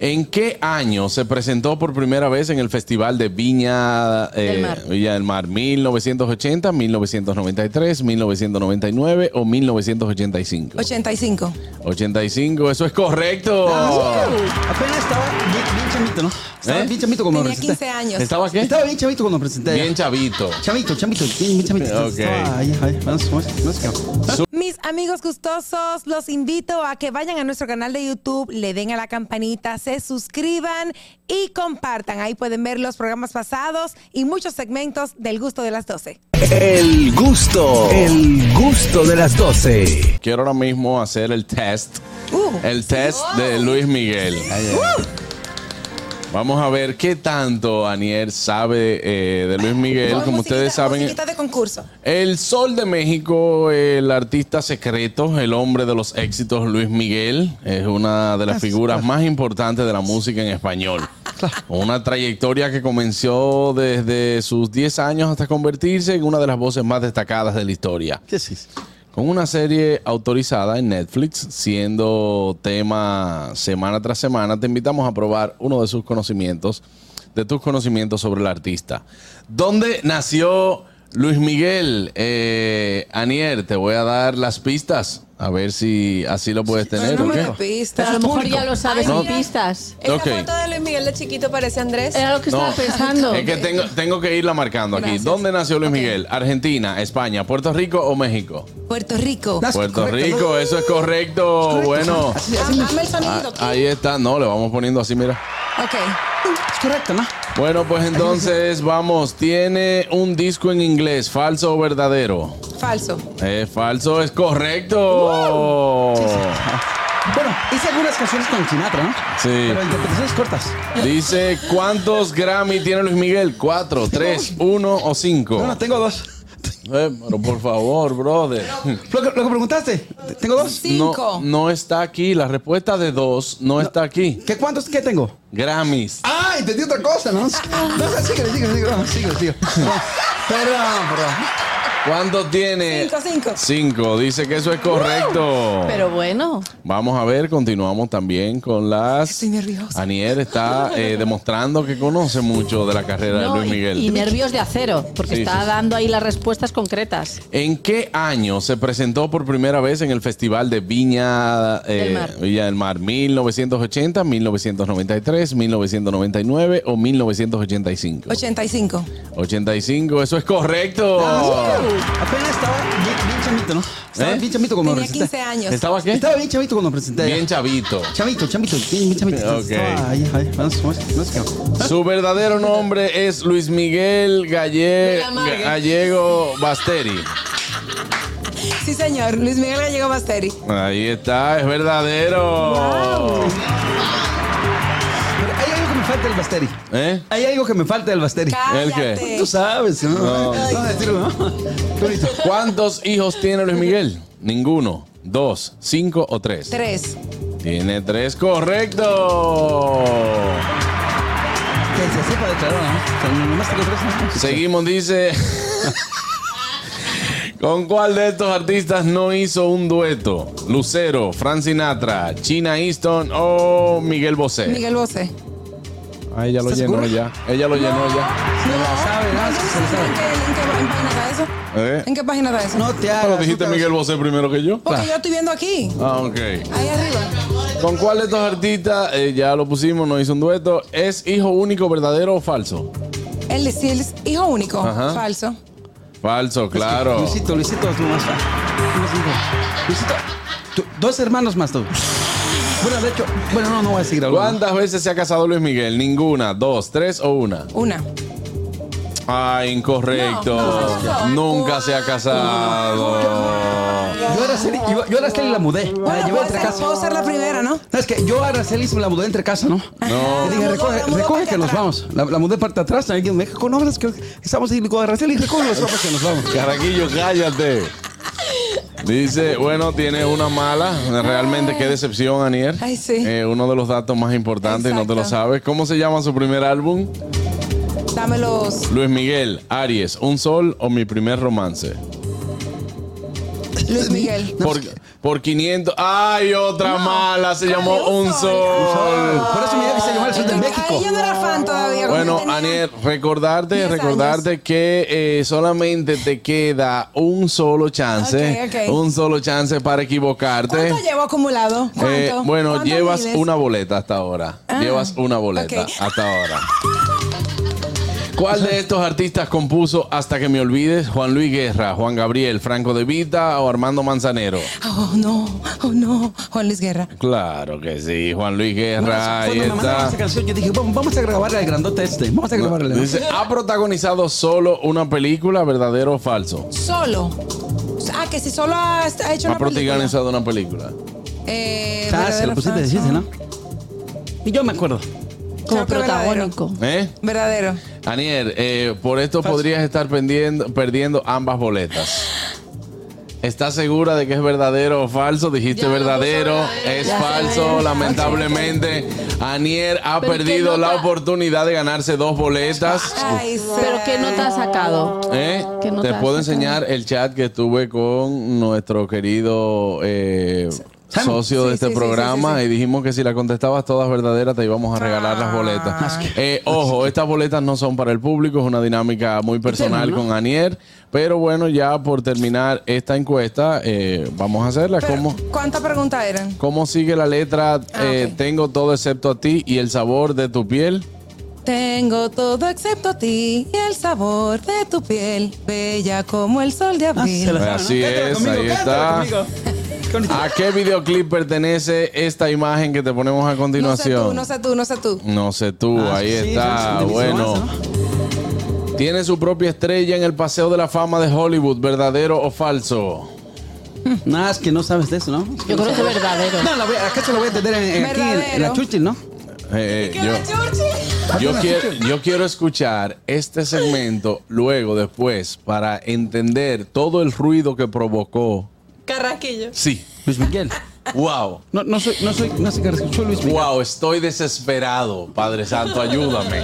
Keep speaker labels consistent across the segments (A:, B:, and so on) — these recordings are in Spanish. A: ¿En qué año se presentó por primera vez en el Festival de Viña, eh,
B: Del Mar.
A: Villa del Mar? ¿1980, 1993, 1999 o 1985?
B: 85.
A: 85, eso es correcto.
B: Ah,
C: Apenas estaba bien, bien chamito, ¿no? Estaba
A: ¿Eh?
C: bien chamito cuando
B: Tenía
C: me presenté.
B: 15 años.
A: ¿Estaba qué?
C: Estaba bien chavito cuando me presenté.
A: Bien chavito.
C: Chamito, chamito, bien, bien chamito.
A: Ok.
C: Estaba ahí, ahí, vamos, vamos, vamos.
B: Mis amigos gustosos, los invito a que vayan a nuestro canal de YouTube, le den a la campanita, se suscriban y compartan. Ahí pueden ver los programas pasados y muchos segmentos del gusto de las 12.
D: El gusto, el gusto de las 12.
A: Quiero ahora mismo hacer el test.
B: Uh.
A: El test de Luis Miguel. Vamos a ver qué tanto Aniel sabe eh, de Luis Miguel.
B: Vamos,
A: Como
B: musiquita-
A: ustedes saben,
B: musiquita de concurso.
A: el Sol de México, el artista secreto, el hombre de los éxitos, Luis Miguel, es una de las figuras más importantes de la música en español. Una trayectoria que comenzó desde sus 10 años hasta convertirse en una de las voces más destacadas de la historia
C: ¿Qué es eso?
A: con una serie autorizada en Netflix, siendo tema semana tras semana, te invitamos a probar uno de sus conocimientos, de tus conocimientos sobre el artista. ¿Dónde nació Luis Miguel? Eh, Anier, te voy a dar las pistas, a ver si así lo puedes tener.
E: no
A: ¿o
E: me
A: qué?
E: lo
B: pistas.
E: A lo mejor ya lo sabes
A: No.
E: sin pistas.
A: Esa
E: Esa
A: Ok. foto
E: foto de Luis Miguel de chiquito parece Andrés. Era lo que estaba
A: No,
E: pensando.
A: Es que tengo, tengo que irla marcando aquí. ¿Dónde nació Luis Miguel? ¿Argentina, España, Puerto Rico o México?
B: Puerto Rico.
C: Nas-
A: Puerto
C: correcto.
A: Rico, eso es correcto.
C: Correcto.
A: Bueno,
C: Así,
B: Ah,
C: así mismo.
B: Dame el sonido.
A: ah, ahí está. No, le vamos poniendo así, mira.
B: Ok.
C: Es correcto, ¿no?
A: Bueno, pues entonces vamos. Tiene un disco en inglés, falso o verdadero.
B: Falso.
A: Eh, falso es correcto.
C: Bueno, hice algunas canciones con Sinatra, ¿no?
A: Sí.
C: Pero interpretaciones cortas.
A: Dice, ¿cuántos Grammy tiene Luis Miguel? ¿Cuatro, tres, uno o cinco?
C: No, no, tengo dos.
A: Eh, pero por favor, brother.
C: Lo que, lo que preguntaste, ¿tengo dos?
A: No,
B: Cinco.
A: no está aquí. La respuesta de dos no está aquí.
C: ¿Qué cuántos qué tengo?
A: Grammys.
C: Ah, entendí otra cosa, ¿no? No, no, sigue, sigue, sigue, no, sigue, sigue. Perdón, perdón.
A: ¿Cuánto tiene?
B: Cinco, cinco.
A: Cinco. Dice que eso es correcto.
E: Pero bueno,
A: Vamos a ver, continuamos también con las.
B: Estoy nerviosa.
A: Anier está eh, demostrando que conoce mucho de la carrera
E: no,
A: de Luis
E: y-
A: Miguel.
E: Y, nervios de acero, porque
A: Sí,
E: está
A: sí, sí.
E: dando ahí las respuestas concretas.
A: ¿En qué año se presentó por primera vez en el Festival de Viña eh,
E: Del Mar.
A: Villa del Mar? ¿1980, 1993, 1999 o 1985?
B: 85.
A: 85, eso es correcto.
E: Ah,
C: Apenas estaba bien, bien chamito, ¿no? Estaba
A: Oh. ¿Eh?
C: bien chamito cuando me
B: Tenía
C: presenté.
B: 15 años.
A: ¿Estaba qué?
C: Estaba bien chavito cuando me presenté.
A: Bien chavito.
C: Chamito, chamito, bien, bien chamito.
A: Ok.
C: Estaba ahí, ahí, vamos, vamos, vamos, vamos.
A: Su verdadero nombre es Luis Miguel Galle-
E: De la Marga.
A: Gallego Basteri.
B: Sí, señor. Luis Miguel Gallego Basteri.
A: Ahí está, es verdadero.
C: Pero hay algo que me falta del Basteri.
A: ¿Eh?
C: Hay algo que me falta del Basteri.
A: ¿El qué?
B: Cállate.
C: Tú sabes, ¿no?
A: No.
C: No, decirlo, ¿no? Qué bonito.
A: ¿Cuántos hijos tiene Luis Miguel? Ninguno. Dos, cinco o tres.
B: Tres.
A: Tiene tres, correcto.
C: Que se sepa de claro, ¿no? O sea, nomás tengo tres, ¿no?
A: Seguimos, dice. ¿Con cuál de estos artistas no hizo un dueto? Lucero, Fran Sinatra, China Easton o Miguel Bosé.
B: Miguel Bosé.
A: Ah, ella lo
C: ¿Estás
A: llenó ya.
C: segura?
A: Ella lo llenó ya.
C: Se la sabe, ¿no? Se la
B: ¿En
C: sabe.
B: qué, en qué- en qué página está eso?
A: ¿Eh?
B: ¿En qué página está eso?
C: No te hagas.
A: Pero dijiste
C: no te
A: Miguel
C: hagas.
A: Bosé primero que yo.
B: Porque yo estoy viendo aquí.
A: Ah, ok.
B: Ahí arriba.
A: ¿Con cuál de estos artistas, eh, ya lo pusimos, no hizo un dueto, es hijo único verdadero o falso?
B: Él sí, él es hijo único.
A: Ajá.
B: Falso.
A: Falso, claro.
C: Luisito, Luisito, ah, tú más. Luisito, Luisito, tú- dos hermanos más tú. Bueno, de hecho, bueno, no, no voy a seguir hablando.
A: ¿Cuántas veces se ha casado Luis Miguel? Ninguna, dos, tres o una.
B: Una.
A: Ah, incorrecto.
B: No, no se casó.
A: Nunca se ha casado.
C: Yo a Araceli, yo, yo a Araceli la mudé. La
B: Bueno, pues,
C: llevé
B: puedo
C: entre
B: ser,
C: casa.
B: puedo ser la primera, ¿no?
C: No, es que yo a Araceli se la mudé entre casa, ¿no?
A: No.
C: Le dije,
B: La mudó,
C: recoge,
B: la mudó
C: recoge
B: para
C: que nos
B: atrás.
C: vamos. La, la mudé parte atrás. Alguien me dijo, no, es que estamos ahí con Araceli, recoge los ropas que nos vamos.
A: Caraquillo, cállate. Dice, bueno, tiene una mala. Realmente, qué decepción, Anier.
B: Ay, sí.
A: Eh, uno de los datos más importantes, no te lo
B: Exacto.
A: sabes. ¿Cómo se llama su primer álbum?
B: Dame los.
A: Luis Miguel, Aries, Un Sol o Mi Primer Romance.
B: Luis Miguel.
C: No,
A: Por-
C: es que-
A: Por 500. ¡Ay, otra mala! Se llamó
B: un
A: Un
B: sol.
A: Sol.
C: Por eso me dijo que se llamaba el sol de
B: Entonces,
C: México.
B: Ahí yo no era fan todavía. cuando
A: Bueno,
B: yo tenía-
A: Aniel, recordarte,
B: 10
A: recordarte que eh, solamente te queda un solo chance.
B: Ok, ok.
A: Un solo chance para equivocarte.
B: ¿Cuánto llevo acumulado? ¿Cuánto?
A: Eh, bueno,
B: ¿Cuántos
A: llevas
B: miles?
A: una boleta hasta ahora. llevas una boleta
B: ok.
A: hasta ahora. ¿Cuál de estos artistas compuso Hasta que me olvides? Juan Luis Guerra, Juan Gabriel, Franco de Vita o Armando Manzanero.
B: Oh, no, oh, no. Juan Luis Guerra.
A: Claro que sí, Juan Luis
C: Bueno,
A: Guerra. ahí
C: cuando me mandaron
A: está.
C: esa canción, yo dije, vamos, vamos a grabarle al grandote este. Vamos a grabarle.
A: Dice, ¿ha protagonizado solo una película, verdadero o falso?
B: Solo. Ah, que si solo ha, ha hecho
A: ¿Ha
B: una película.
A: protagonizado una película?
B: Eh,
C: Ah, se
B: verdadero
C: lo pusiste,
B: falso.
C: dijiste, ¿no? Y yo me acuerdo.
E: Como
B: Creo que verdadero.
E: protagónico.
A: ¿Eh?
B: Verdadero.
A: Aniel, eh, por esto podrías estar pendiendo- perdiendo ambas boletas. ¿Estás segura de que es verdadero o falso? Dijiste
E: Ya lo
A: verdadero,
E: puso verdadero.
A: es
E: Ya
A: falso,
E: sabemos.
A: lamentablemente. Aniel ha
E: Pero que
A: perdido la
E: nota-
A: oportunidad de ganarse dos boletas.
B: Ay,
E: Pero qué nota ha sacado.
A: ¿Eh?
E: ¿Qué nota
A: Te
E: has
A: puedo
E: sacado?
A: enseñar el chat que estuve con nuestro querido eh,
C: Simon.
A: socio de
B: Sí,
A: este
B: sí, sí,
A: programa
B: sí, sí, sí.
A: y dijimos que si la contestabas todas verdaderas te íbamos a regalar las
B: Ah,
A: boletas. Eh, ojo, estas boletas no son para el público, es una dinámica muy
B: Este
A: personal con Anier, pero bueno, ya por terminar esta encuesta eh, vamos a hacerla
B: Pero,
A: como...
B: ¿Cuántas preguntas eran?
A: ¿Cómo sigue la letra eh,
B: ok.
A: Tengo todo excepto a ti y el sabor de tu piel?
B: Tengo todo excepto a ti y el sabor de tu piel, bella como el sol de
C: Ah,
B: abril.
A: sabe, ¿no? Así
C: Cántala
A: es,
C: conmigo,
A: ahí
C: cántala
A: está. Ah,
C: conmigo. Qué bonito.
A: ¿A qué videoclip pertenece esta imagen que te ponemos a
B: no sé
A: continuación?
B: tú, no sé tú, no sé tú.
A: No sé tú,
C: Ah,
A: ahí
C: sí,
A: está.
C: sí, sí,
A: bueno.
C: sí,
A: Tiene su propia estrella en el Paseo de la Fama de Hollywood, ¿verdadero o falso?
C: sí, ¿no? Nada, es que no sabes de eso, ¿no?
E: Yo creo que verdadero.
C: No, la voy, acá se lo voy a tener en, en- aquí en, en la
B: Verdadero.
C: chuchi, ¿no?
A: Eh, eh, yo, yo quiero, yo quiero escuchar este segmento luego, después, para entender todo el ruido que provocó.
E: Carraquillo.
A: Sí.
C: Luis Miguel.
A: Wow.
C: No, no soy, no soy, no soy, Carrasco, soy Luis Miguel.
A: Wow, estoy desesperado, Padre Santo, ayúdame.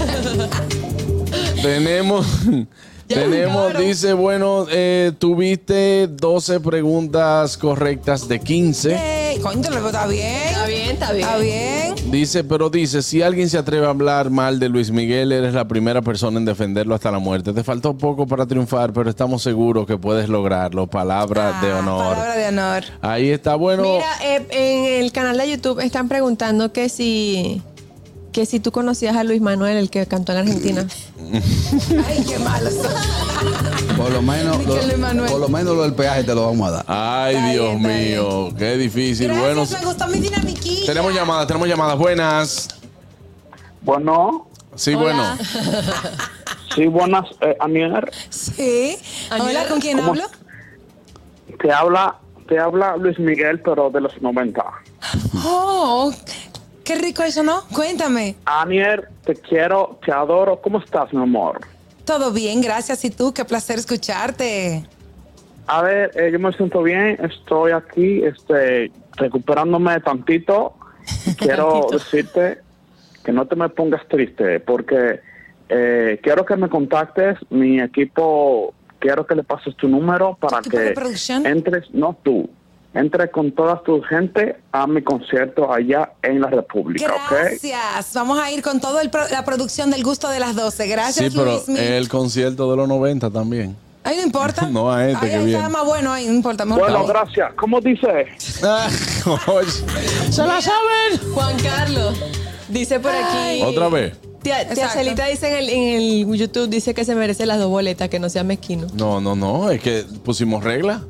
A: tenemos, tenemos, dice, bueno, eh, tuviste 12 preguntas correctas de 15.
B: Ey, coño, pero está bien.
E: Está bien, está bien.
B: Está bien.
A: Dice, pero dice, si alguien se atreve a hablar mal de Luis Miguel, eres la primera persona en defenderlo hasta la muerte. Te faltó poco para triunfar, pero estamos seguros que puedes lograrlo. Palabra de
B: Ah,
A: honor.
B: Palabra de honor.
A: Ahí está, bueno.
F: Mira, eh, en el canal de YouTube están preguntando que si que si tú conocías a Luis Manuel, el que cantó en Argentina.
B: Ay, qué malo son.
G: Por lo menos, lo-
B: Miguel Emanuel.
G: por lo menos lo del peaje te lo vamos a dar.
A: Ay,
B: Está
A: Dios
B: bien, está
A: mío, qué difícil.
B: Gracias,
A: bueno,
B: me gustó mi dinamiquilla.
A: Tenemos llamadas, tenemos llamadas. Buenas.
H: Bueno,
A: Sí,
E: Hola.
A: bueno.
H: sí, buenas, eh, Anier.
B: Sí. Hola, ¿con quién
H: ¿Cómo?
B: hablo?
H: Te habla, te habla Luis Miguel, pero de los 90.
B: Oh, qué rico eso, ¿no? Cuéntame.
H: Anier, te quiero, te adoro. ¿Cómo estás, mi amor?
B: Todo bien, gracias. ¿Y tú? Qué placer escucharte.
H: A ver, eh, yo me siento bien, estoy aquí, este, recuperándome tantito. Quiero decirte que no te me pongas triste, porque eh, quiero que me contactes, mi equipo, quiero que le pases tu número para
B: ¿Tu equipo de
H: que
B: producción?
H: entres, no tú, entres con toda tu gente a mi concierto allá en la República, ¿ok?
B: Gracias. Vamos a ir con toda la producción del gusto de las 12. Gracias,
A: sí, pero
B: Luis. Miguel.
A: el concierto de los 90 también.
B: Ay, no importa.
A: No, a este
B: Ay,
A: que
B: ahí
A: viene.
B: está más bueno, ahí no importa. mejor
H: Bueno,
B: que-
H: gracias. ¿Cómo dice?
A: Ah, ¡Se la saben!
F: Juan Carlos. Dice por aquí.
A: Otra vez.
F: Tía, tía
B: Exacto.
F: Celita dice en el, en el YouTube dice que se merece las dos boletas, que no sea mezquino.
A: No, no, no. Es que pusimos regla.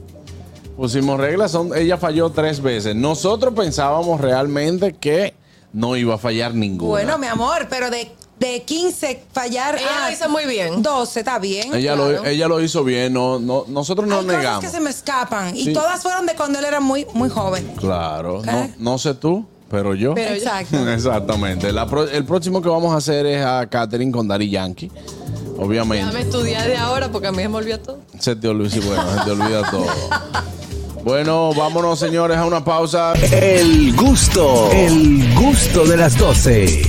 A: Pusimos regla. Son, ella falló tres veces. Nosotros pensábamos realmente que no iba a fallar ninguna.
B: Bueno, mi amor, pero de, de 15 fallar
F: Ella
B: a
F: lo hizo muy bien.
B: 12, está bien.
A: ella, lo,
F: claro.
A: ella lo hizo bien. No, no, nosotros no
B: Hay
A: negamos.
B: cosas que se me escapan y
A: Sí.
B: todas fueron de cuando él era muy, muy joven.
A: Claro. No,
B: ¿Eh?
A: no sé tú, pero yo.
F: Pero yo-
B: Exacto.
A: Exactamente. La pro- el próximo que vamos a hacer es a Katherine con Dari Yankee. Obviamente.
F: Déjame estudiar de ahora porque a mí se me olvidó todo.
A: Se te olvida, sí, bueno, se te olvida todo. Bueno, vámonos señores a una pausa.
D: El gusto, el gusto de las doce.